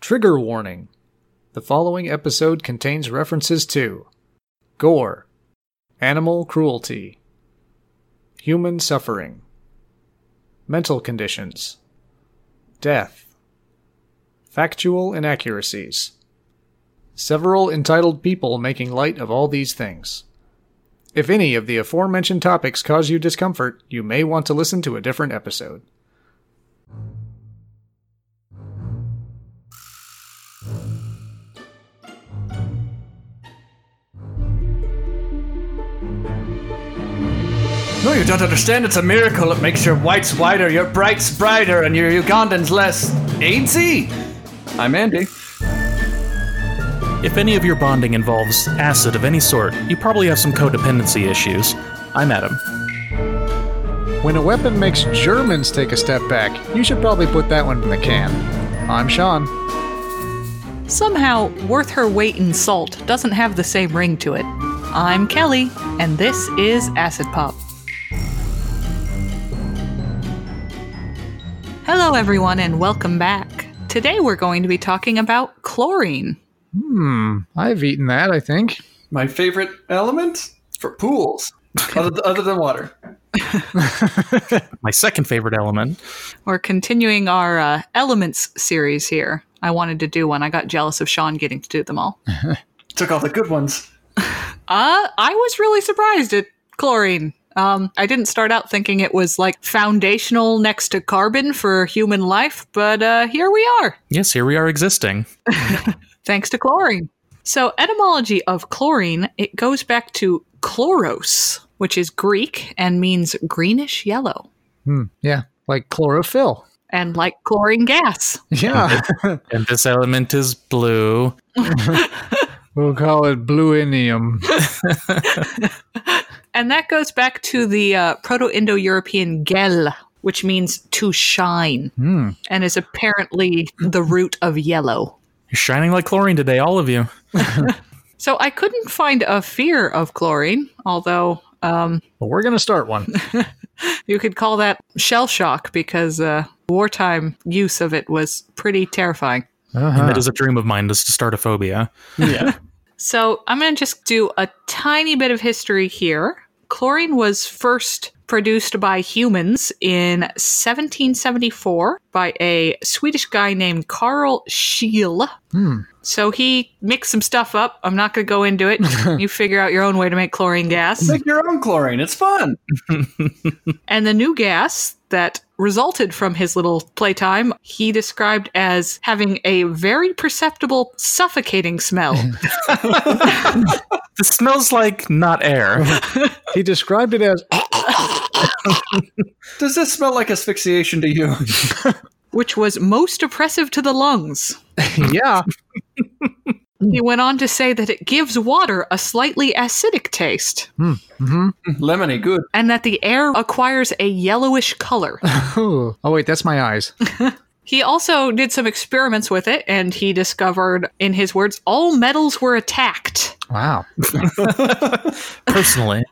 Trigger warning. The following episode contains references to gore, animal cruelty, human suffering, mental conditions, death, factual inaccuracies, several entitled people making light of all these things. If any of the aforementioned topics cause you discomfort, you may want to listen to a different episode. No, Oh, you don't understand. It's a miracle. It makes your whites whiter, your brights brighter, and your Ugandans less AIDSy. I'm Andy. If any of your bonding involves acid of any sort, you probably have some codependency issues. I'm Adam. When a weapon makes Germans take a step back, you should probably put that one in the can. I'm Sean. Somehow, worth her weight in salt doesn't have the same ring to it. I'm Kelly, and this is Acid Pop. Hello, everyone, and welcome back. Today, we're going to be talking about chlorine. I've eaten that, I think. My favorite element for pools, other, other than water. My second favorite element. We're continuing our uh, elements series here. I wanted to do one. I got jealous of Sean getting to do them all. Took all the good ones. Uh, I was really surprised at chlorine. Um, I didn't start out thinking it was like foundational next to carbon for human life, but uh, here we are, Yes, here we are existing. thanks to chlorine. So, etymology of chlorine, it goes back to chloros, which is Greek and means greenish yellow, Yeah, like chlorophyll. and like chlorine gas. Yeah. And this element is blue. we'll call it bluinium. And that goes back to the uh, Proto Indo European gel, which means to shine, and is apparently the root of yellow. You're shining like chlorine today, all of you. So I couldn't find a fear of chlorine, although um, Well, we're going to start one. you could call that shell shock because uh, wartime use of it was pretty terrifying. And that is a dream of mine, is to start a phobia. So I'm going to just do a tiny bit of history here. Chlorine was first produced by humans in 1774 by a Swedish guy named Carl Scheele. So he mixed some stuff up. I'm not going to go into it. you figure out your own way to make chlorine gas. Make your own chlorine. It's fun. And the new gas that resulted from his little playtime, he described as having a very perceptible suffocating smell. This smells like not air. He described it as Does this smell like asphyxiation to you? which was most oppressive to the lungs. yeah. He went on to say that it gives water a slightly acidic taste Lemony, good. and that the air acquires a yellowish color. Ooh. Oh wait, that's my eyes. he also did some experiments with it and he discovered, in his words, all metals were attacked. Wow. Personally.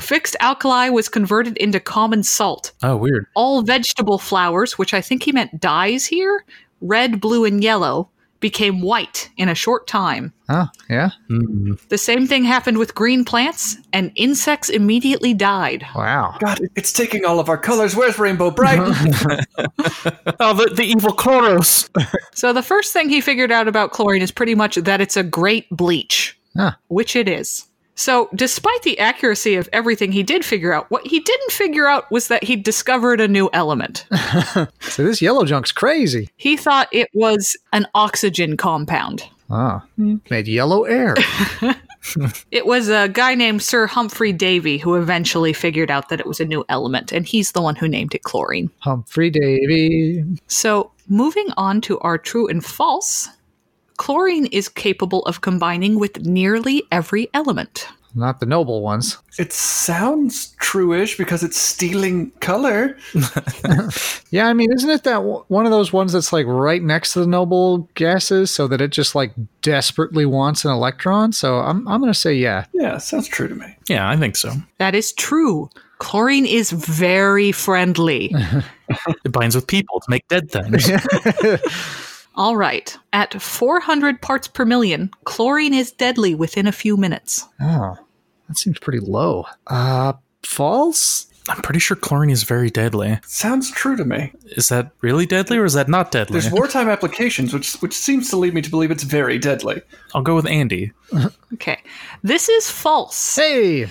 Fixed alkali was converted into common salt. Oh, weird. All vegetable flowers, which I think he meant dyes here, red, blue, and yellow, became white in a short time. Oh, yeah. Hmm. The same thing happened with green plants, and insects immediately died. Wow. God, it's taking all of our colors. Where's Rainbow Bright? Oh, the, the evil chloros. So the first thing he figured out about chlorine is pretty much that it's a great bleach, Huh. which it is. So, despite the accuracy of everything he did figure out, what he didn't figure out was that he'd discovered a new element. So this yellow junk's crazy. he thought it was an oxygen compound. Oh. Made yellow air. It was a guy named Sir Humphrey Davy who eventually figured out that it was a new element, and he's the one who named it chlorine. Humphrey Davy. So, moving on to our true and false, chlorine is capable of combining with nearly every element. Not the noble ones. it sounds true-ish because it's stealing color. Yeah, I mean, isn't it that w- one of those ones that's like right next to the noble gases so that it just like desperately wants an electron? So I'm, I'm going to say yeah. Yeah, sounds true to me. Yeah, I think so. That is true. Chlorine is very friendly. It binds with people to make dead things. All right. At 400 parts per million, chlorine is deadly within a few minutes. Oh, that seems pretty low. Uh, false? I'm pretty sure chlorine is very deadly. Sounds true to me. Is that really deadly or is that not deadly? There's wartime applications, which which seems to lead me to believe it's very deadly. I'll go with Andy. Okay. This is false. Hey!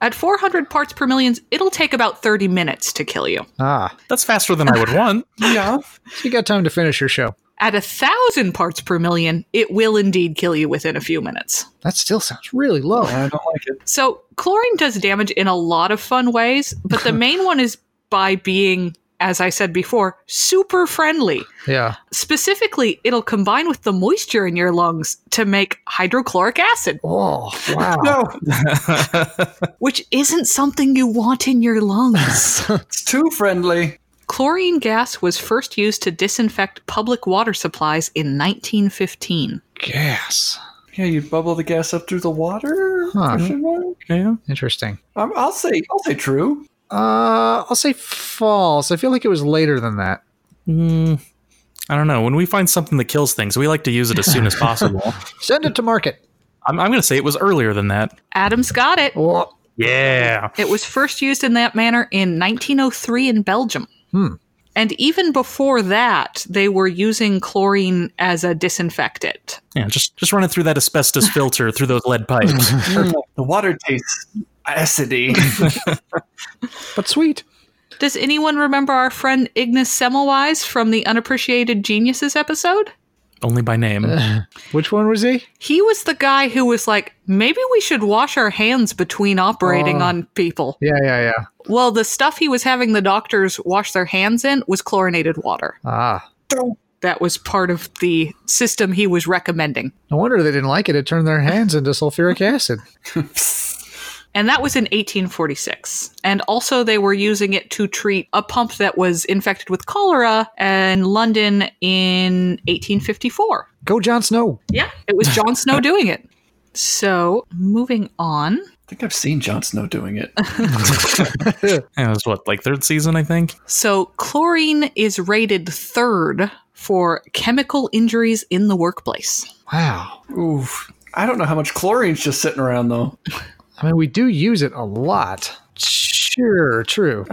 At 400 parts per million, it'll take about 30 minutes to kill you. Ah, That's faster than I would want. Yeah. so you got time to finish your show. At 1,000 parts per million, it will indeed kill you within a few minutes. That still sounds really low. I don't like it. So, chlorine does damage in a lot of fun ways, but the main one is by being, as I said before, super friendly. Yeah. Specifically, it'll combine with the moisture in your lungs to make hydrochloric acid, Oh, wow. No, which isn't something you want in your lungs. it's too friendly. Chlorine gas was first used to disinfect public water supplies in 1915. Gas. Yeah, you bubble the gas up through the water. Huh. Question mark? yeah. Interesting. Um, I'll say I'll say true. Uh, I'll say false. I feel like it was later than that. Mm, I don't know. When we find something that kills things, we like to use it as soon as possible. Send it to market. I'm, I'm going to say it was earlier than that. Adams got it. Oh, Yeah. It was first used in that manner in 1903 in Belgium. Hmm. And even before that, they were using chlorine as a disinfectant. Yeah, just just run it through that asbestos filter through those lead pipes. The water tastes acidy. but sweet. Does anyone remember our friend Ignis Semmelweis from the Unappreciated Geniuses episode? Only by name. Which one was he? He was the guy who was like, maybe we should wash our hands between operating on people. Yeah, yeah, yeah. Well, the stuff he was having the doctors wash their hands in was chlorinated water. Ah. That was part of the system he was recommending. No wonder they didn't like it. It turned their hands into sulfuric acid. And that was in 1846. And also, they were using it to treat a pump that was infected with cholera in London in 1854. Go, Jon Snow. Yeah, it was Jon Snow doing it. So, moving on. I think I've seen Jon Snow doing it. Yeah, it was what, like third season, I think? So, chlorine is rated third for chemical injuries in the workplace. Wow. Oof. I don't know how much chlorine's just sitting around though. I mean, we do use it a lot. Sure, true.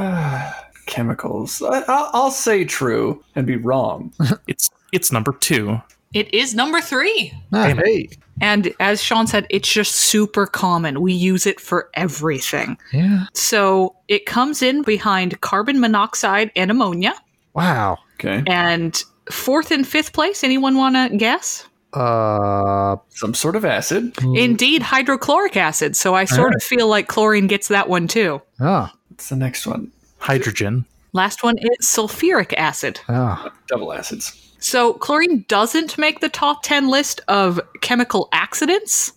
Chemicals. I, I'll, I'll say true and be wrong. It's it's number two. It is number three. Ah, hey. And as Sean said, it's just super common. We use it for everything. Yeah. So it comes in behind carbon monoxide and ammonia. Wow. Okay. And fourth and fifth place, anyone want to guess? Uh, Some sort of acid. Indeed, hydrochloric acid. So I sort of feel like chlorine gets that one too. oh, What's the next one? Hydrogen. Last one is sulfuric acid. oh. Double acids. So chlorine doesn't make the top 10 list of chemical accidents.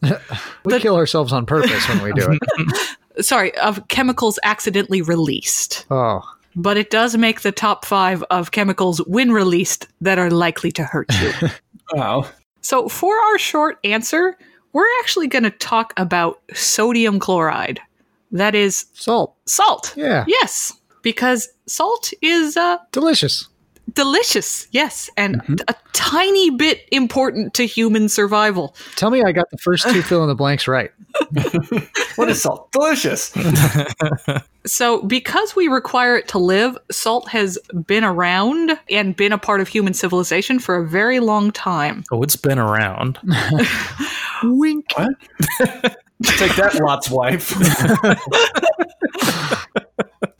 We kill ourselves on purpose when we do it. Sorry, of chemicals accidentally released. Oh, But it does make the top five of chemicals when released that are likely to hurt you. Wow. So, for our short answer, we're actually going to talk about sodium chloride. That is salt. salt. Yeah. Yes, because salt is uh, Delicious. delicious. Yes, and Mm-hmm. a tiny bit important to human survival. Tell me I got the first two fill in the blanks right. What is salt? Delicious. So, because we require it to live, salt has been around and been a part of human civilization for a very long time. Oh, it's been around. Wink. Take that, Lot's wife.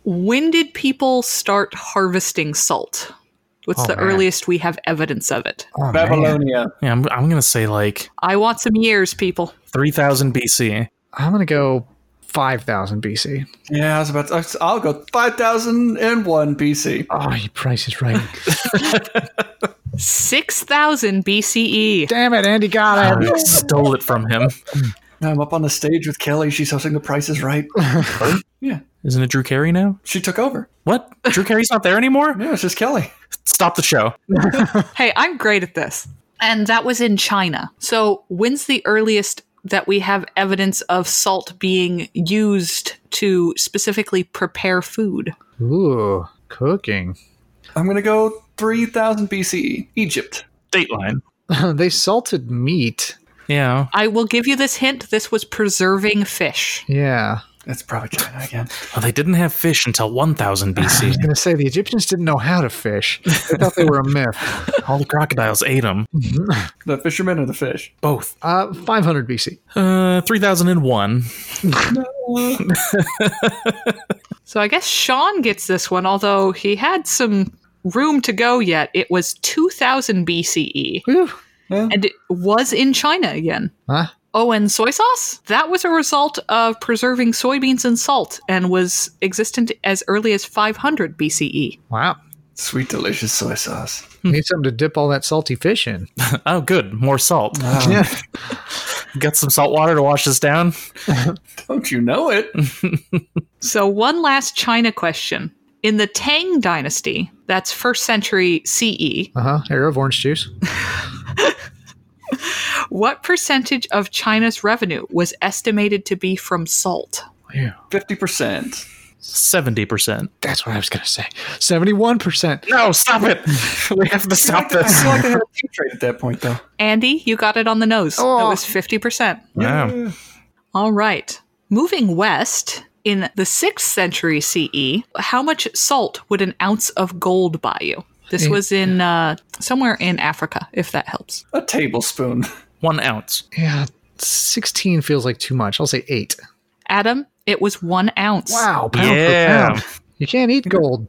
When did people start harvesting salt? What's Oh, the man. earliest we have evidence of it? Oh, man. Babylonia. Yeah, I'm, I'm going to say like I want some years, people. 3000 BC. I'm going to go 5000 BC. Yeah, I was about to. oh, I'll go 5001 BC. Oh, your price is right. 6000 BCE. Damn it, Andy got it. I stole it from him. Now I'm up on the stage with Kelly. She's hosting The Price is Right. yeah. Isn't it Drew Carey now? She took over. What? Drew Carey's not there anymore? Yeah, it's just Kelly. Stop the show. Hey, I'm great at this. And that was in China. So, when's the earliest that we have evidence of salt being used to specifically prepare food? Ooh, cooking. I'm going to go 3000 BCE. E. Egypt. Dateline. they salted meat. Yeah. I will give you this hint. This was preserving fish. Yeah. That's probably China again. Well, they didn't have fish until 1000 I BC. was going to say the Egyptians didn't know how to fish. They thought they were a myth. All the crocodiles ate them. The fishermen or the fish? Both. Uh, 500 BC. Uh, 3001. So I guess Sean gets this one, although he had some room to go yet. It was 2000 BCE Whew. E. and it was in China again. Huh? Oh, and soy sauce? That was a result of preserving soybeans in salt and was existent as early as 500 BCE. Wow. Sweet, delicious soy sauce. Need something to dip all that salty fish in. Oh, good. More salt. Yeah. Got some salt water to wash this down? Don't you know it? So, one last China question. In the Tang Dynasty, that's first century E, CE, Uh huh. Era of orange juice. what percentage of China's revenue was estimated to be from salt? Yeah. 50%. 70%. That's what I was going to say. 71%. No, stop it. we have to stop I this. feel like they had a tea trade at that point, though. Andy, you got it on the nose. It Oh. was 50%. Yeah. All right. Moving west in the 6th century CE, how much salt would an ounce of gold buy you? This was in uh, somewhere in Africa, if that helps. A tablespoon. One ounce. Yeah. 16 feels like too much. I'll say 8. Adam, it was one ounce. Wow. Pound Yeah. for pound. You can't eat gold.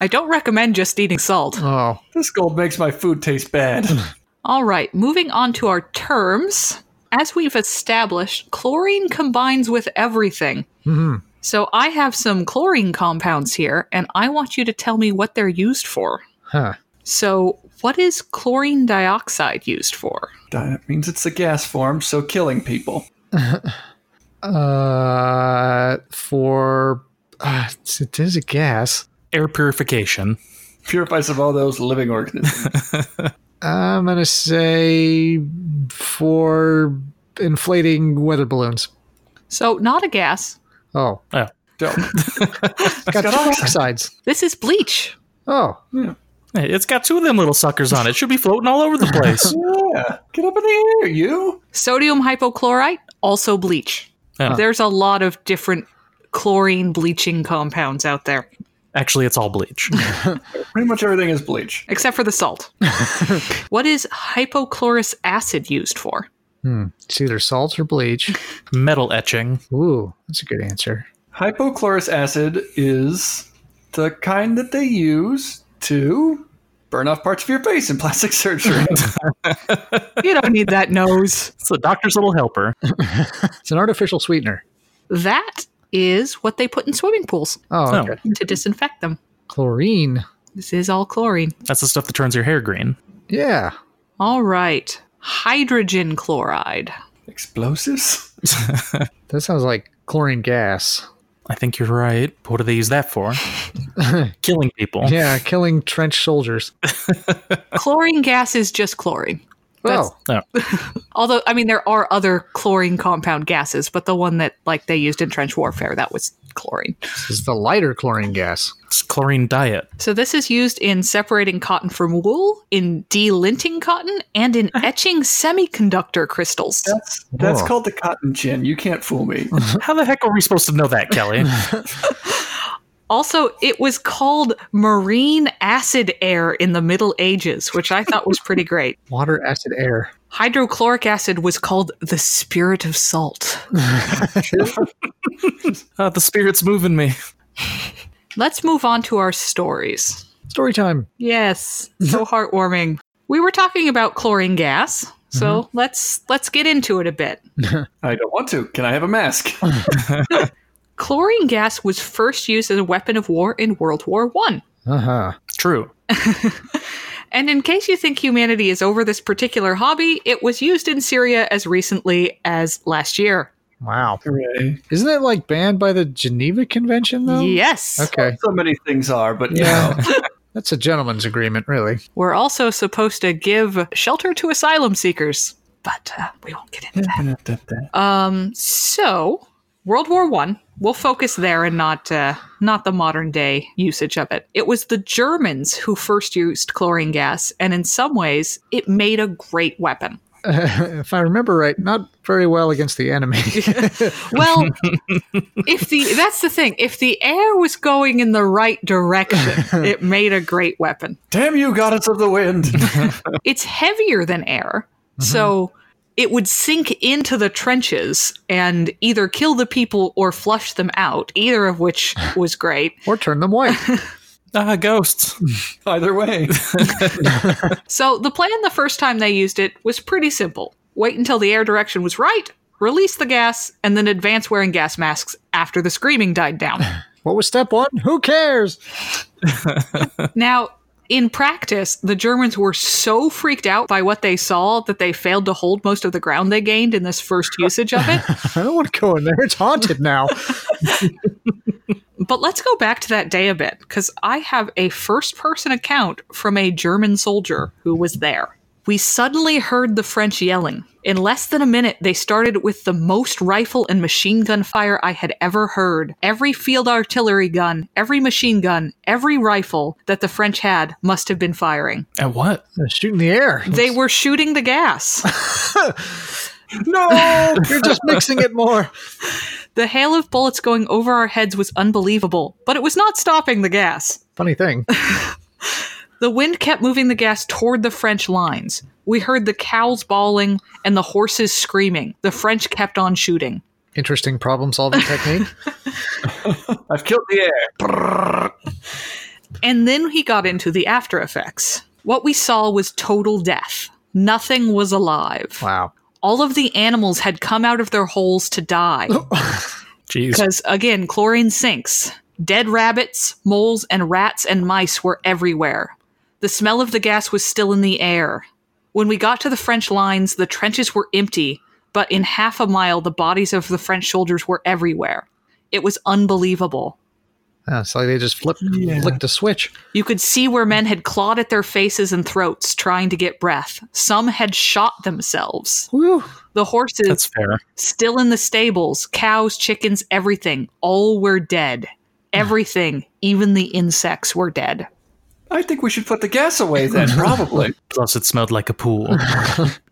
I don't recommend just eating salt. Oh. This gold makes my food taste bad. All right, moving on to our terms. As we've established, chlorine combines with everything. So I have some chlorine compounds here, and I want you to tell me what they're used for. Huh. So, what is chlorine dioxide used for? Diet means it's a gas form, so killing people. Uh, for. Uh, it's- it is a gas. Air purification. Purifies of all those living organisms. I'm going to say for inflating weather balloons. So, not a gas. Oh. Don't. Got two oxides. This is bleach. Oh. Hey, It's got two of them little suckers on it. Should be floating all over the place. Yeah. Get up in the air, you. Sodium hypochlorite, also bleach. Yeah. There's a lot of different chlorine bleaching compounds out there, Actually, it's all bleach. Pretty much everything is bleach. except for the salt. what is hypochlorous acid used for? It's either salt or bleach. Metal etching. Ooh, that's a good answer. Hypochlorous acid is the kind that they use to burn off parts of your face in plastic surgery. You don't need that nose. It's the doctor's little helper. It's an artificial sweetener. That is what they put in swimming pools Oh, Oh. okay. to disinfect them. chlorine. This is all chlorine. That's the stuff that turns your hair green. Yeah. All right. Hydrogen chloride. Explosives? That sounds like chlorine gas. I think you're right. What do they use that for? Killing Oh. people. Yeah, killing trench soldiers. chlorine gas is just chlorine. That's- Oh, No. Although, I mean, there are other chlorine compound gases, but the one that like they used in trench warfare that was chlorine. this is the lighter chlorine gas. It's chlorine diet. So this is used in separating cotton from wool, in delinting cotton, and in etching semiconductor crystals. That's, that's Whoa. called the cotton gin. You can't fool me. How the heck are we supposed to know that, Kelly? Also, it was called marine acid air in the Middle Ages, which I thought was pretty great. Water, acid, air. Hydrochloric acid was called the spirit of salt. Uh, the spirit's moving me. Let's move on to our stories. Story time. Yes, so heartwarming. We were talking about chlorine gas, so let's let's get into it a bit. I don't want to. Can I have a mask? Chlorine gas was first used as a weapon of war in World War 1. Uh huh. True. And in case you think humanity is over this particular hobby, it was used in Syria as recently as last year. Wow. Hooray. Isn't it like banned by the Geneva Convention though? Yes. Okay. So many things are, but Yeah. yeah. That's a gentleman's agreement, really. We're also supposed to give shelter to asylum seekers, but uh, we won't get into that. Um, so World War One. We'll focus there and not uh, not the modern day usage of it. It was the Germans who first used chlorine gas, and in some ways, it made a great weapon. if I remember right, not very well against the enemy. Well, if the that's the thing. If the air was going in the right direction, it made a great weapon. Damn you, goddess of the wind. It's heavier than air, so it would sink into the trenches and either kill the people or flush them out. Either of which was great. or turn them white. Ah, ghosts. Either way. So the plan the first time they used it was pretty simple. Wait until the air direction was right, release the gas, and then advance wearing gas masks after the screaming died down. What was step one? Who cares? now, in practice, the Germans were so freaked out by what they saw that they failed to hold most of the ground they gained in this first usage of it. I don't want to go in there. It's haunted now. But let's go back to that day a bit, because I have a first person account from a German soldier who was there. We suddenly heard the French yelling. In less than a minute, they started with the most rifle and machine gun fire I had ever heard. Every field artillery gun, every machine gun, every rifle that the French had must have been firing. At what? They're shooting the air. They were shooting the gas. No, you're just mixing it more. The hail of bullets going over our heads was unbelievable, but it was not stopping the gas. Funny thing. The wind kept moving the gas toward the French lines. We heard the cows bawling and the horses screaming. The French kept on shooting. Interesting problem solving technique. I've killed the air. And then he got into the after effects. What we saw was total death. Nothing was alive. Wow. All of the animals had come out of their holes to die. Jeez. Because again, chlorine sinks. Dead rabbits, moles, and rats and mice were everywhere. The smell of the gas was still in the air. When we got to the French lines, the trenches were empty, but in half a mile, the bodies of the French soldiers were everywhere. It was unbelievable. Yeah, it's like they just flipped, flicked a switch. You could see where men had clawed at their faces and throats trying to get breath. Some had shot themselves. Whew. The horses That's fair. still in the stables cows chickens everything all were dead everything even the insects were dead I think we should put the gas away then, probably. Plus, it smelled like a pool.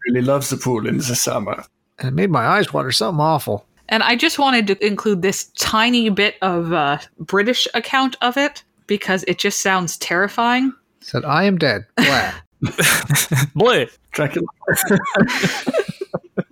really loves the pool in the summer. And it made my eyes water. Something awful. and i just wanted to include this tiny bit of uh, british account of it because it just sounds terrifying Said, I am dead. Glad. Boy, Dracula.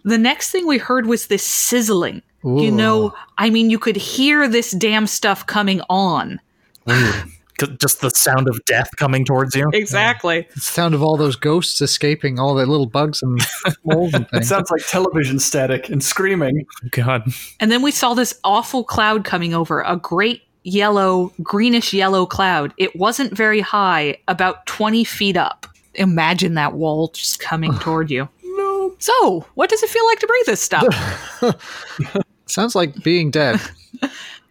the next thing we heard was this sizzling Ooh. you know i mean you could hear this damn stuff coming on c- just the sound of death coming towards you. exactly the sound of all those ghosts escaping, all the little bugs and moles and It things. sounds like television static and screaming. Oh, God. And then we saw this awful cloud coming over, a great yellow, greenish yellow cloud. It wasn't very high, about 20 feet up. Imagine that wall just coming toward you. No. So, what does it feel like to breathe this stuff? Sounds like being dead.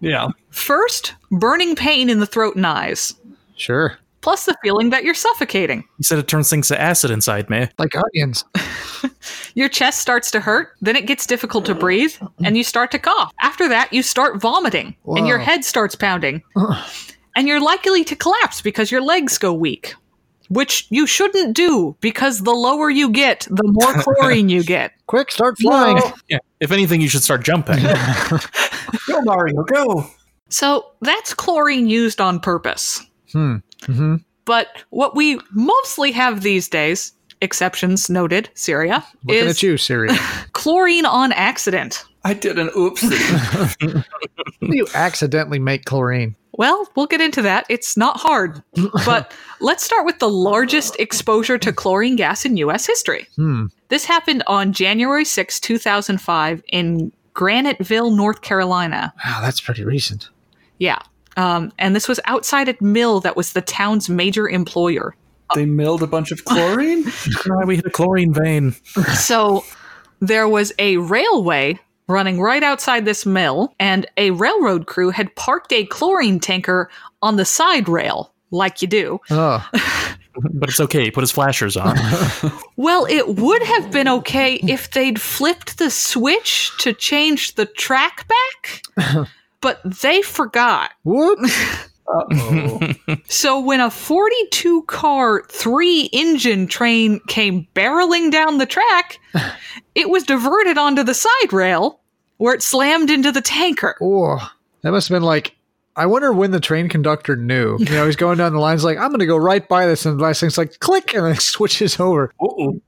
Yeah. First, burning pain in the throat and eyes, Sure. plus the feeling that you're suffocating. You said it turns things to acid inside me. Like onions. Your chest starts to hurt, then it gets difficult to breathe, and you start to cough. After that, you start vomiting, and your Wow. head starts pounding. and you're likely to collapse because your legs go weak, which you shouldn't do because the lower you get, the more chlorine you get. Quick, start flying. Yeah. If anything, you should start jumping. Go, Mario, go. So that's chlorine used on purpose. Hmm. hmm But what we mostly have these days, exceptions noted, Syria, Looking is at you, Siri. chlorine on accident. I did an oopsie. you accidentally make chlorine. Well, we'll get into that. It's not hard. But let's start with the largest exposure to chlorine gas in US history. Hmm. This happened on January 6, 2005 in Graniteville, North Carolina. Wow, that's pretty recent. Yeah. Um, and this was outside a mill that was the town's major employer. they milled a bunch of chlorine? Ah, we hit a chlorine vein. So there was a railway running right outside this mill, and a railroad crew had parked a chlorine tanker on the side rail, like you do. Oh, but it's okay. He put his flashers on. Well, it would have been okay if they'd flipped the switch to change the track back, but they forgot. Whoop. So when a 42 car, three engine train came barreling down the track, it was diverted onto the side rail where it slammed into the tanker. Oh, that must have been like. I wonder when the train conductor knew. You know, he's going down the lines like, I'm going to go right by this. And the last thing's like, click, and then it switches over.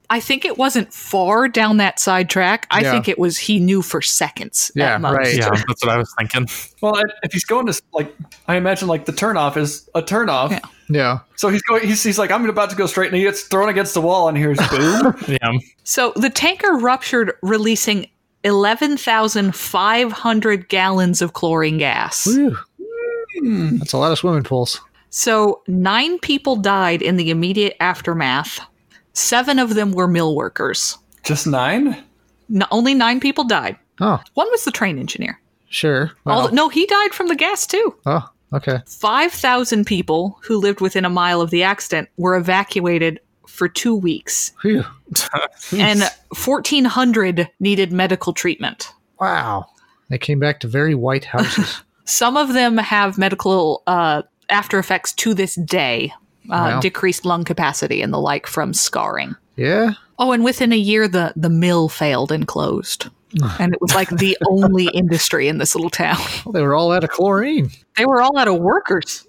I think it wasn't far down that side track. I Yeah. think it was he knew for seconds. Yeah, at most. right. yeah, that's what I was thinking. Well, if- if he's going to s- like, I imagine like the turnoff is a turnoff. Yeah. Yeah. So he's going. He's, he's like, I'm about to go straight, and he gets thrown against the wall, and hears boom. Yeah. So the tanker ruptured, releasing 11,500 gallons of chlorine gas. Whew. Hmm. That's a lot of swimming pools. So nine people died in the immediate aftermath. Seven of them were mill workers. Just nine. No, only nine people died. Oh, One was the train engineer. sure. All Wow. no, he died from the gas too. Oh, okay. 5,000 people who lived within a mile of the accident were evacuated for two weeks, Phew. and 1,400 needed medical treatment. Wow. They came back to very white houses. Some of them have medical uh, after effects to this day, uh, Wow. decreased lung capacity and the like from scarring. yeah. Oh, and within a year, the, the mill failed and closed. and it was like the only industry in this little town. Well, they were all out of chlorine. Uh-huh. They were all out of workers.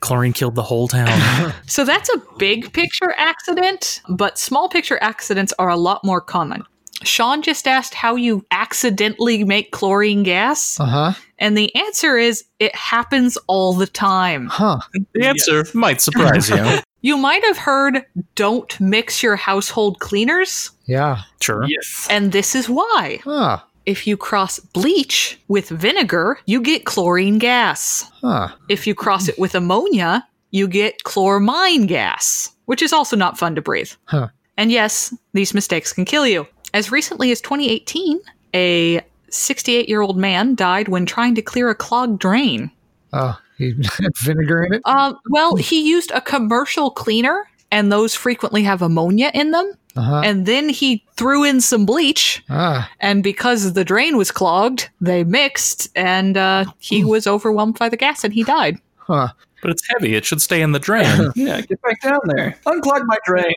Chlorine killed the whole town. So that's a big picture accident, but small picture accidents are a lot more common. Sean just asked how you accidentally make chlorine gas, Uh huh. and the answer is it happens all the time. Huh. the answer might surprise you. You might have heard don't mix your household cleaners, Yeah. Ah. Sure. Yes. and this is why. Huh. If you cross bleach with vinegar, you get chlorine gas. Huh. If you cross it with ammonia, you get chlormine gas, which is also not fun to breathe. Huh. And yes, these mistakes can kill you. As recently as 2018, a 68 year old man died when trying to clear a clogged drain. Oh, he had vinegar in it? Um, well, he used a commercial cleaner, and those frequently have ammonia in them. Uh huh. And then he threw in some bleach, Ah. and because the drain was clogged, they mixed, and uh, he was overwhelmed by the gas and he died. Huh. But it's heavy. It should stay in the drain. Yeah. Get back down there. Unclog my drain.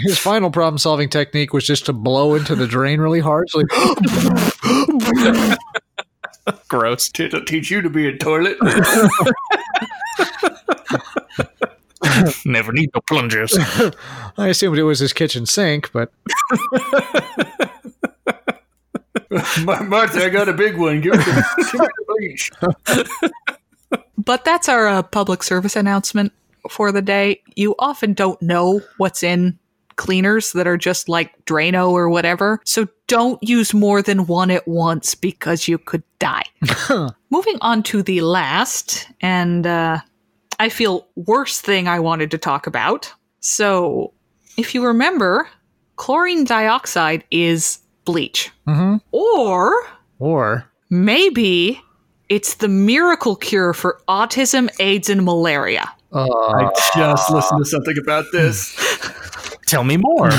His final problem solving technique was just to blow into the drain really hard. So like, Gross. It'll teach you to be a toilet. Never need no plungers. I assumed it was his kitchen sink, but Mar- Martha, I got a big one. Give me the, give me the bleach. But that's our uh, public service announcement for the day. You often don't know what's in cleaners that are just like Drano or whatever. So don't use more than one at once because you could die. Moving on to the last and uh, I feel worst thing I wanted to talk about. So if you remember, chlorine dioxide is bleach. Mhm. Or or Maybe it's the miracle cure for autism, AIDS, and malaria. uh, I just listened to something about this. Tell me more.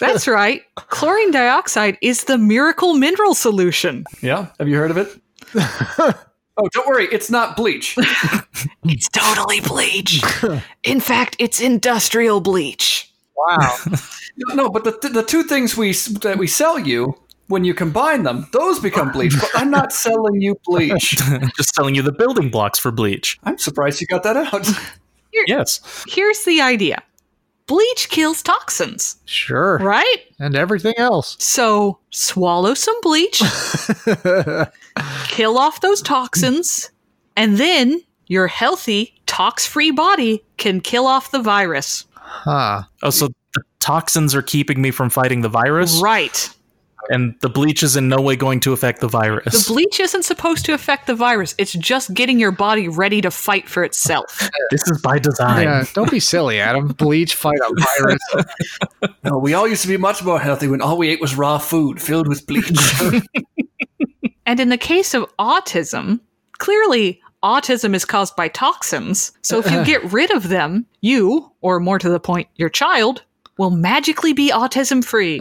That's right. Chlorine dioxide is the miracle mineral solution. Yeah. Have you heard of it? Oh, don't worry. It's not bleach. It's totally bleach. In fact, it's industrial bleach. wow, No, but the, th- the two things we s- that we sell you when you combine them, those become bleach. But I'm not selling you bleach. Just telling you the building blocks for bleach. I'm surprised you got that out. Yes. Here's the idea bleach kills toxins, sure, right? and everything else. So swallow some bleach, kill off those toxins, and then your healthy, tox free body can kill off the virus. Huh. Oh, so the toxins are keeping me from fighting the virus, Right. and the bleach is in no way going to affect the The virus. bleach isn't supposed to affect the virus. It's just getting your body ready to fight for itself. this is by design. Yeah, don't be silly, Adam. Bleach, fight a virus. No, we all used to be much more healthy when all we ate was raw food filled with bleach. And in the case of autism, clearly autism is caused by toxins. So if you get rid of them, you, or more to the point, your child, will magically be autism free.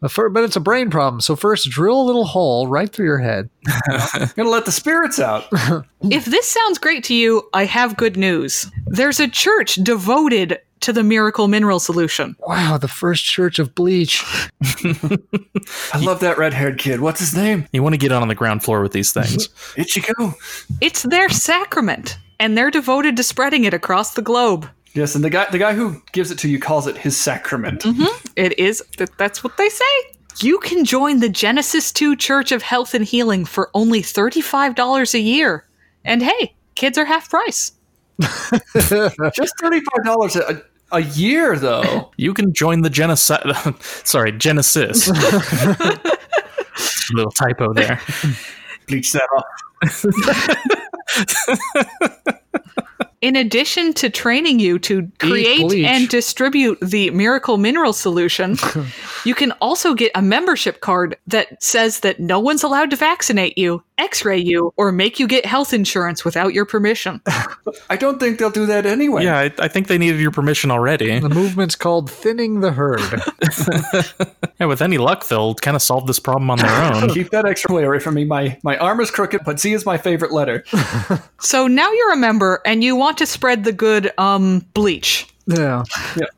But fir- but it's a brain problem. So first, drill a little hole right through your head. gonna let the spirits out. if this sounds great to you, I have good news. There's a church devoted to the miracle mineral solution. Wow, the first church of bleach. I love that red haired kid. What's his name? You want to get on the ground floor with these things. Ichigo. It's their sacrament, and they're devoted to spreading it across the globe. Yes, and the guy the guy who gives it to you calls it his sacrament. It is that that's what they say. You can join the Genesis 2 Church of Health and Healing for only $35 a year. And hey, kids are half price. Just thirty five dollars a a year though. You can join the genocide. Sorry, Genesis. Little typo there. Bleach that off. In addition to training you to create bleach. and distribute the miracle mineral solution, you can also get a membership card that says that no one's allowed to vaccinate you, x ray you, or make you get health insurance without your permission. I don't think they'll do that anyway. Yeah, I, I think they needed your permission already. The movement's called thinning the herd. Yeah, with any luck, they'll kind of solve this problem on their own. Keep that extra way away from me. My my arm is crooked, but Z is my favorite letter. So now you're a member and you want to spread the good, um, bleach. yeah.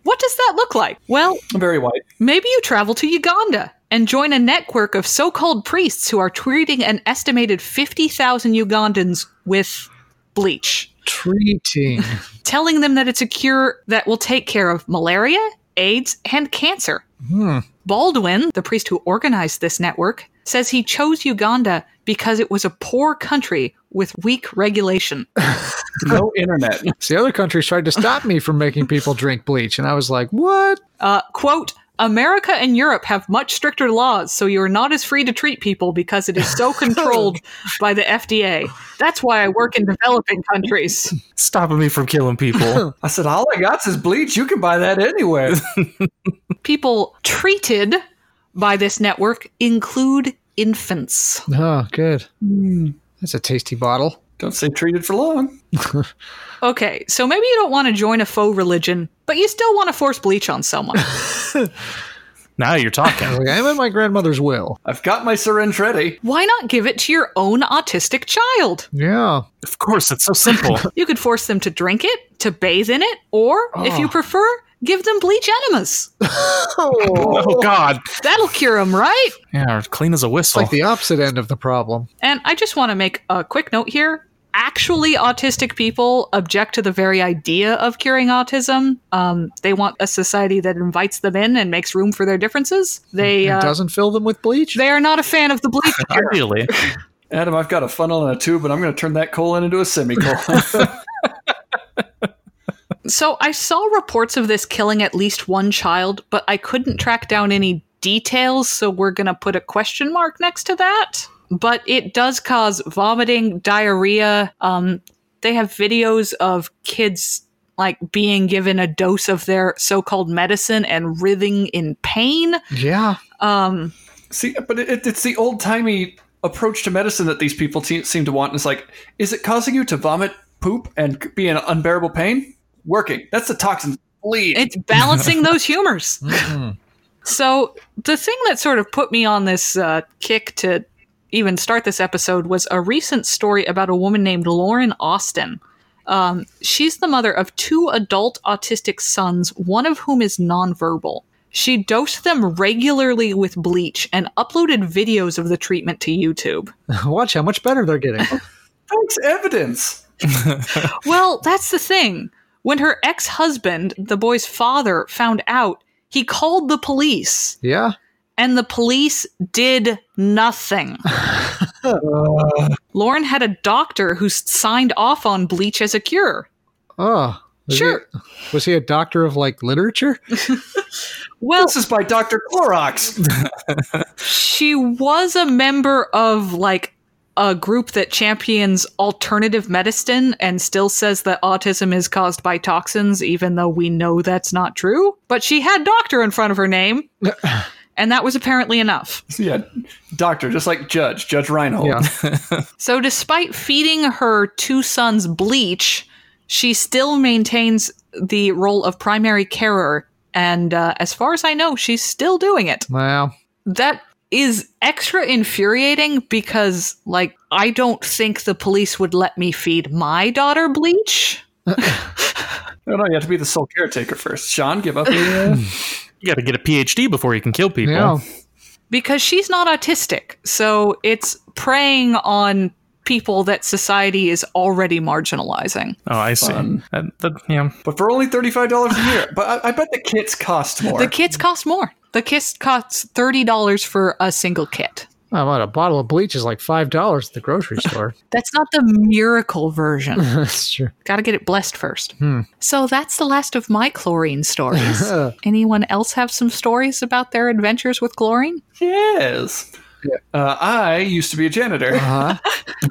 What does that look like? Well, I'm very white. maybe you travel to Uganda and join a network of so called priests who are treating an estimated 50,000 Ugandans with bleach, Treating. telling them that it's a cure that will take care of malaria, AIDS, and cancer. Baldwin, the priest who organized this network, says he chose Uganda because it was a poor country with weak regulation. No internet. See, other countries tried to stop me from making people drink bleach, and I was like, what? Uh, quote, America and Europe have much stricter laws, so you are not as free to treat people because it is so controlled by the FDA. That's why I work in developing countries. Stopping me from killing people. I said, all I got's is bleach. You can buy that anywhere. People treated by this network include infants. Oh, good. That's a tasty bottle. don't stay treated for long. Okay, so maybe you don't want to join a faux religion, but you still want to force bleach on someone. now you're talking. Like, I'm at my grandmother's will. I've got my syringe ready. Why not give it to your own autistic child? Yeah. Of course, it's so simple. You could force them to drink it, to bathe in it, or, if you prefer, give them bleach enemas. oh God! That'll cure them, right? Yeah, clean as a whistle. Like the opposite end of the problem. And I just want to make a quick note here. Actually, autistic people object to the very idea of curing autism. Um, they want a society that invites them in and makes room for their differences. They It uh, doesn't fill them with bleach? they are not a fan of the bleach cure. Ideally, Adam, I've got a funnel and a tube, and I'm going to turn that colon into a semicolon. So I saw reports of this killing at least one child, but I couldn't track down any details, so we're going to put a question mark next to that. But it does cause vomiting, diarrhea. Um, they have videos of kids like being given a dose of their so-called medicine and writhing in pain. yeah. Um, See, but it- it, it's the old timey approach to medicine that these people te- seem to want. And it's like, is it causing you to vomit, poop, and c- be in unbearable pain? Working. That's the toxin. Bleed. it's balancing those humors. Mm. So the thing that sort of put me on this uh, kick to even start this episode was a recent story about a woman named Lauren Austin. Um, she's the mother of two adult autistic sons, one of whom is nonverbal. She dosed them regularly with bleach and uploaded videos of the treatment to YouTube. Watch how much better they're getting. Thanks, evidence. Well, that's the thing. When her ex husband, the boy's father, found out, he called the police. Yeah. and the police did nothing. Lauren had a doctor who s- signed off on bleach as a cure. Oh. Was Sure. He, was he a doctor of like literature? Well, This is by Dr. Clorox. she was a member of like a group that champions alternative medicine and still says that autism is caused by toxins, even though we know that's not true. But she had doctor in front of her name. And that was apparently enough. yeah, doctor, just like Judge, Judge Reinhold. Yeah. So, despite feeding her two sons bleach, she still maintains the role of primary carer. And uh, as far as I know, she's still doing it. Well, That is extra infuriating because, like, I don't think the police would let me feed my daughter bleach. No, no, you have to be the sole caretaker first. Sean, give up. Yeah. You got to get a PhD before you can kill people. yeah. because she's not autistic. So it's preying on people that society is already marginalizing. Oh, I see. Fun. That- that- yeah. But for only $35 a year. But I, I bet the kits cost more. The kits cost more. The kits costs thirty dollars for a single kit. Oh, what, a bottle of bleach is like $5 at the grocery store. That's not the miracle version. That's true. Got to get it blessed first. So that's the last of my chlorine stories. Anyone else have some stories about their adventures with chlorine? yes. Uh, I used to be a janitor. Uh-huh.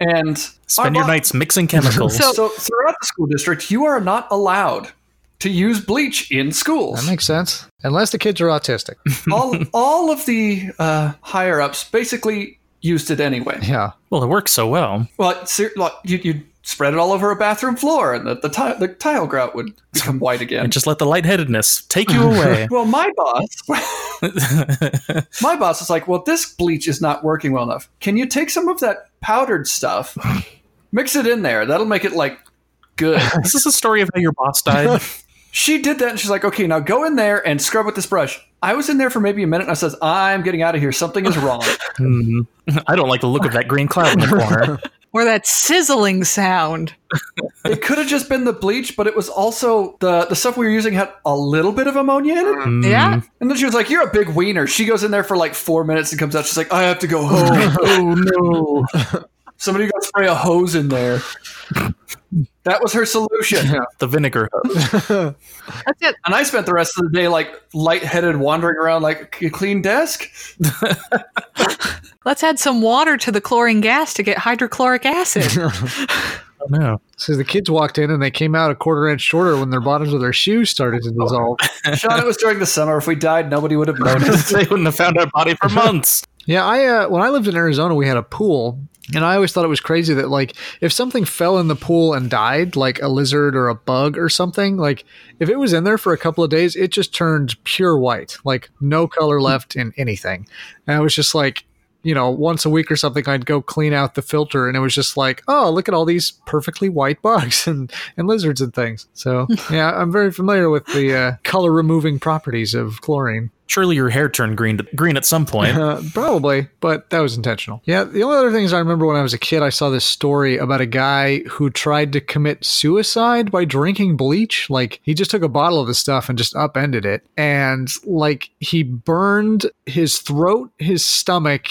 And Spend your our- nights mixing chemicals. So- So throughout the school district, you are not allowed to use bleach in schools. That makes sense. Unless the kids are autistic. all, all of the uh, higher ups basically used it anyway. Yeah. well, it works so well. Well, ser- like, you, you'd spread it all over a bathroom floor, and the, the, ti- the tile grout would become white again. And just let the lightheadedness take you away. Well, my boss, my boss is like, well, this bleach is not working well enough. Can you take some of that powdered stuff, mix it in there? That'll make it like good. Is this a story of how your boss died? she did that, and she's like, okay, now go in there and scrub with this brush. I was in there for maybe a minute, and I says, I'm getting out of here. Something is wrong. Hmm. I don't like the look of that green cloud in the corner. Or that sizzling sound? it could have just been the bleach, but it was also the the stuff we were using had a little bit of ammonia in it. Hmm. Yeah. And then she was like, "You're a big wiener." She goes in there for like four minutes and comes out. She's like, "I have to go home." Oh no! Somebody got to spray a hose in there. That was her solution. The vinegar hose. That's it. And I spent the rest of the day like lightheaded, wandering around like a clean desk. Let's add some water to the chlorine gas to get hydrochloric acid. Oh, no. So the kids walked in and they came out a quarter inch shorter when their bottoms of their shoes started to dissolve. Sean, it was during the summer. If we died, nobody would have noticed. they wouldn't have found our body for months. Yeah, I uh, when I lived in Arizona, we had a pool, and I always thought it was crazy that like if something fell in the pool and died, like a lizard or a bug or something, like if it was in there for a couple of days, it just turned pure white, like no color left in anything. And I was just like, you know, once a week or something, I'd go clean out the filter, and it was just like, oh, look at all these perfectly white bugs and and lizards and things. So yeah, I'm very familiar with the uh, color removing properties of chlorine. Surely your hair turned green green at some point. Uh, probably, but that was intentional. Yeah, the only other things I remember when I was a kid, I saw this story about a guy who tried to commit suicide by drinking bleach. Like, he just took a bottle of the stuff and just upended it. And, like, he burned his throat, his stomach,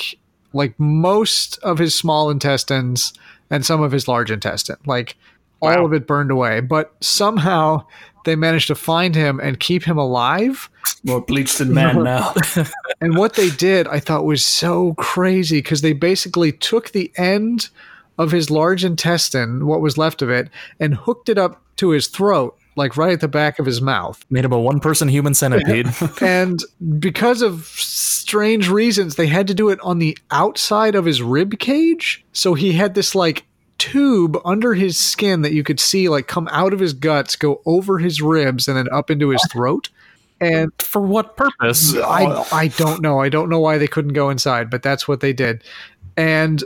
like most of his small intestines, and some of his large intestine. Like, all of it burned away. But somehow they managed to find him and keep him alive. More bleached than man now. And what they did, I thought was so crazy because they basically took the end of his large intestine, what was left of it, and hooked it up to his throat, like right at the back of his mouth. Made him a one person human centipede. And because of strange reasons, they had to do it on the outside of his rib cage. So he had this like tube under his skin that you could see like come out of his guts, go over his ribs, and then up into his throat. And for what purpose? I, I don't know. I don't know why they couldn't go inside, but that's what they did. And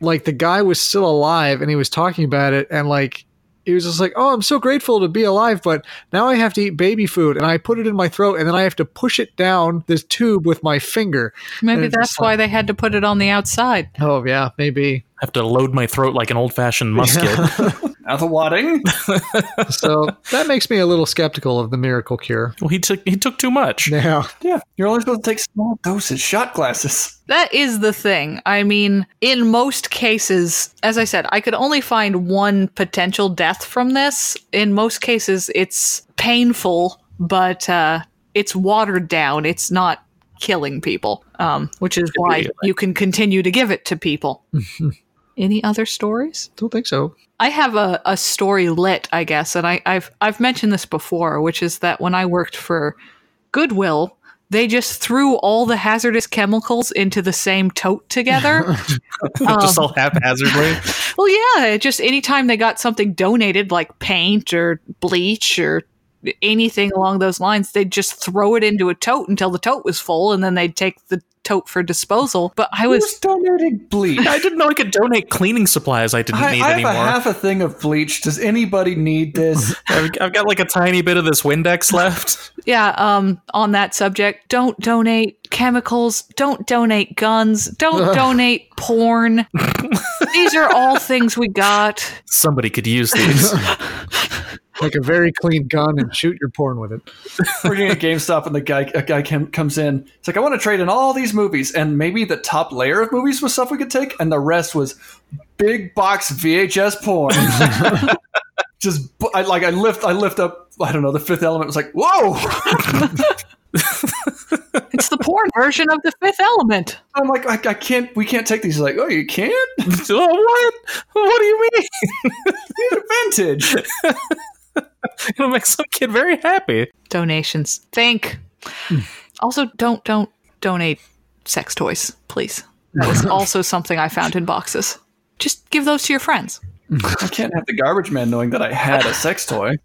like the guy was still alive and he was talking about it and like he was just like, "Oh, I'm so grateful to be alive, but now I have to eat baby food and I put it in my throat and then I have to push it down this tube with my finger." Maybe And it's that's just why they had to put it on the outside. Oh, yeah, maybe. have to load my throat like an old fashioned musket. Now the wadding. So that makes me a little skeptical of the miracle cure. Well, he took he took too much. Yeah. Yeah, you're only supposed to take small doses, shot glasses. That is the thing. I mean, in most cases, as I said, I could only find one potential death from this. In most cases, it's painful, but uh, it's watered down. It's not killing people, um, which is why you can continue to give it to people. Any other stories? Don't think so. I have a, a story lit, I guess, and I, I've I've mentioned this before, which is that when I worked for Goodwill, They just threw all the hazardous chemicals into the same tote together. just all haphazardly. well, yeah, it just anytime they got something donated, like paint or bleach or anything along those lines, they'd just throw it into a tote until the tote was full, and then they'd take the tote for disposal. But I was Who's donating bleach? I didn't know I could donate cleaning supplies I didn't I, need I have anymore. a half a thing of bleach. Does anybody need this? I've, I've got like a tiny bit of this Windex left. yeah, um, on that subject, don't donate chemicals, don't donate guns, don't donate porn. These are all things we got. Somebody could use these. Like a very clean gun and shoot your porn with it. working at GameStop, and the guy a guy came, comes in. It's like I want to trade in all these movies, and maybe the top layer of movies was stuff we could take, and the rest was big box VHS porn. Just bu- I, like I lift I lift up I don't know the Fifth Element was like whoa. It's the porn version of the fifth element. I'm like I, I can't we can't take these. He's like oh you can't oh, what? What do you mean? These are vintage. It'll make some kid very happy. Donations. Think. Also, don't don't donate sex toys, please. That was also something I found in boxes. Just give those to your friends. I can't have the garbage man knowing that I had a sex toy.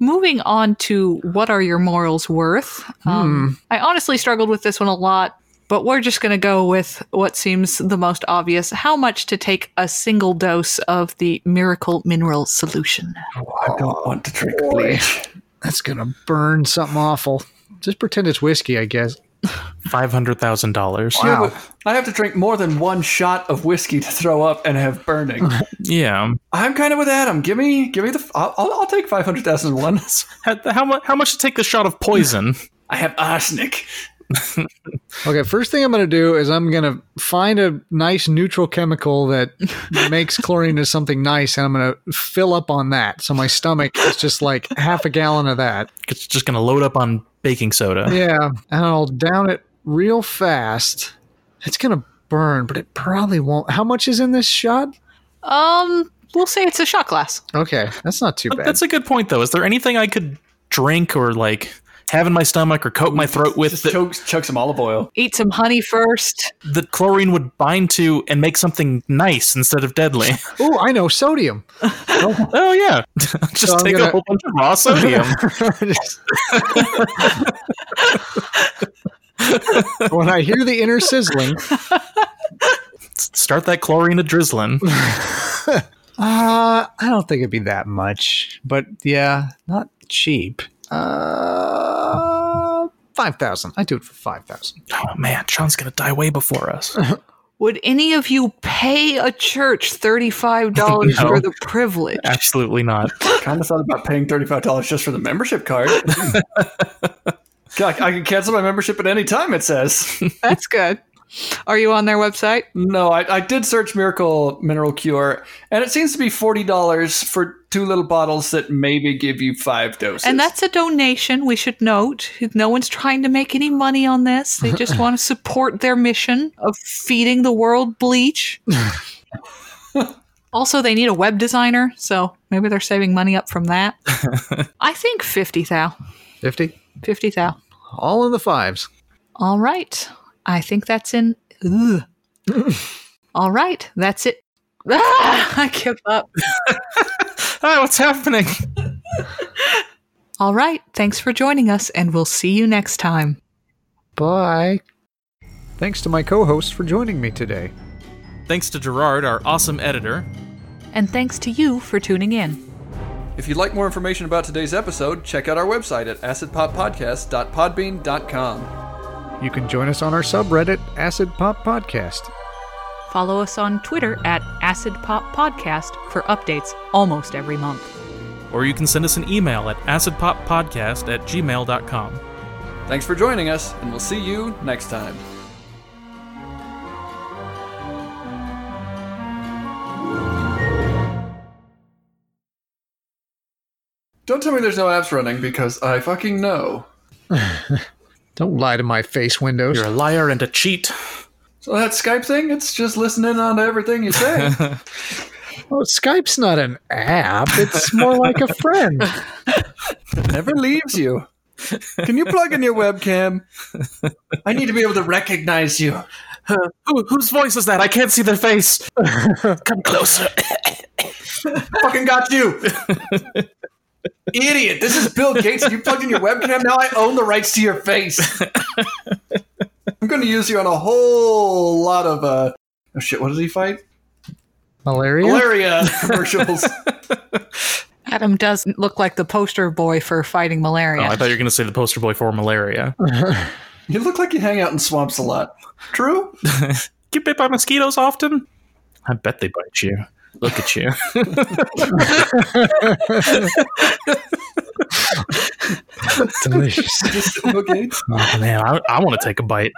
Moving on to what are your morals worth? Um, I honestly struggled with this one a lot, but we're just going to go with what seems the most obvious how much to take a single dose of the miracle mineral solution. I don't want to drink bleach. That's gonna burn something awful. Just pretend it's whiskey, I guess. Five hundred thousand dollars. Yeah, Wow. but I have to drink more than one shot of whiskey to throw up and have burning. Yeah. I'm kind of with Adam. Give me, give me the. I'll, I'll I'll take five hundred thousand one. How, how much? How much to take the shot of poison? I have arsenic. Okay, first thing I'm gonna do is I'm gonna find a nice neutral chemical that makes chlorine into something nice, and I'm gonna fill up on that. So my stomach is just like half a gallon of that. It's just gonna load up on baking soda. Yeah, and I'll down it real fast. It's gonna burn, but it probably won't. How much is in this shot? Um, we'll say it's a shot glass. Okay, that's not too bad. That's a good point, though. Is there anything I could drink or like have in my stomach or coat my throat with Just that, chug, chug some olive oil. Eat some honey first. that chlorine would bind to and make something nice instead of deadly? Oh, I know sodium. oh yeah, just So I'm take gonna- a whole bunch of raw sodium. Just- when I hear the inner sizzling, Start that chlorine a drizzling. uh, I don't think it'd be that much, but yeah, not cheap. Uh, five thousand. I do it for five thousand. Oh man, Sean's gonna die way before us. Would any of you pay a church $35 No. for the privilege? Absolutely not. Kind of thought about paying thirty five dollars just for the membership card. God, I can cancel my membership at any time. It says. That's good. Are you on their website? No, I, I did search Miracle Mineral Cure, and it seems to be forty dollars for two little bottles that maybe give you five doses. And that's a donation, we should note. No one's trying to make any money on this. They just want to support their mission of feeding the world bleach. also, they need a web designer, so maybe they're saving money up from that. I think 50 thou. Fifty. 50 thou. All in the fives. All right. I think that's in. Ugh. All right. That's it. Ah, I give up. Ah, what's happening? All right. Thanks for joining us, and we'll see you next time. Bye. Thanks to my co-hosts for joining me today. Thanks to Gerard, our awesome editor. And thanks to you for tuning in. If you'd like more information about today's episode, check out our website at acidpoppodcast.podbean.com. You can join us on our subreddit, Acid Pop Podcast. Follow us on Twitter at Acid Pop Podcast for updates almost every month. Or you can send us an email at acidpoppodcast at gmail.com. Thanks for joining us, and we'll see you next time. Don't tell me there's no apps running because I fucking know. Don't lie to my face, Windows. You're a liar and a cheat. So that Skype thing, it's just listening on to everything you say. Oh, Skype's not an app. It's more like a friend. It never leaves you. Can you plug in your webcam? I need to be able to recognize you. Who, whose voice is that? I can't see their face. Come closer. Fucking got you. Idiot. This is Bill Gates. You plugged in your webcam. Now I own the rights to your face. I'm going to use you on a whole lot of. Uh, oh, shit. What does he fight? Malaria? Malaria commercials. Adam does look like the poster boy for fighting Oh, malaria. I thought you were going to say the poster boy for malaria. you look like you hang out in swamps a lot. True? Get bit by mosquitoes often? I bet they bite you. Look at you. Delicious. Just Bill Gates? Oh, man, I, I want to take a bite.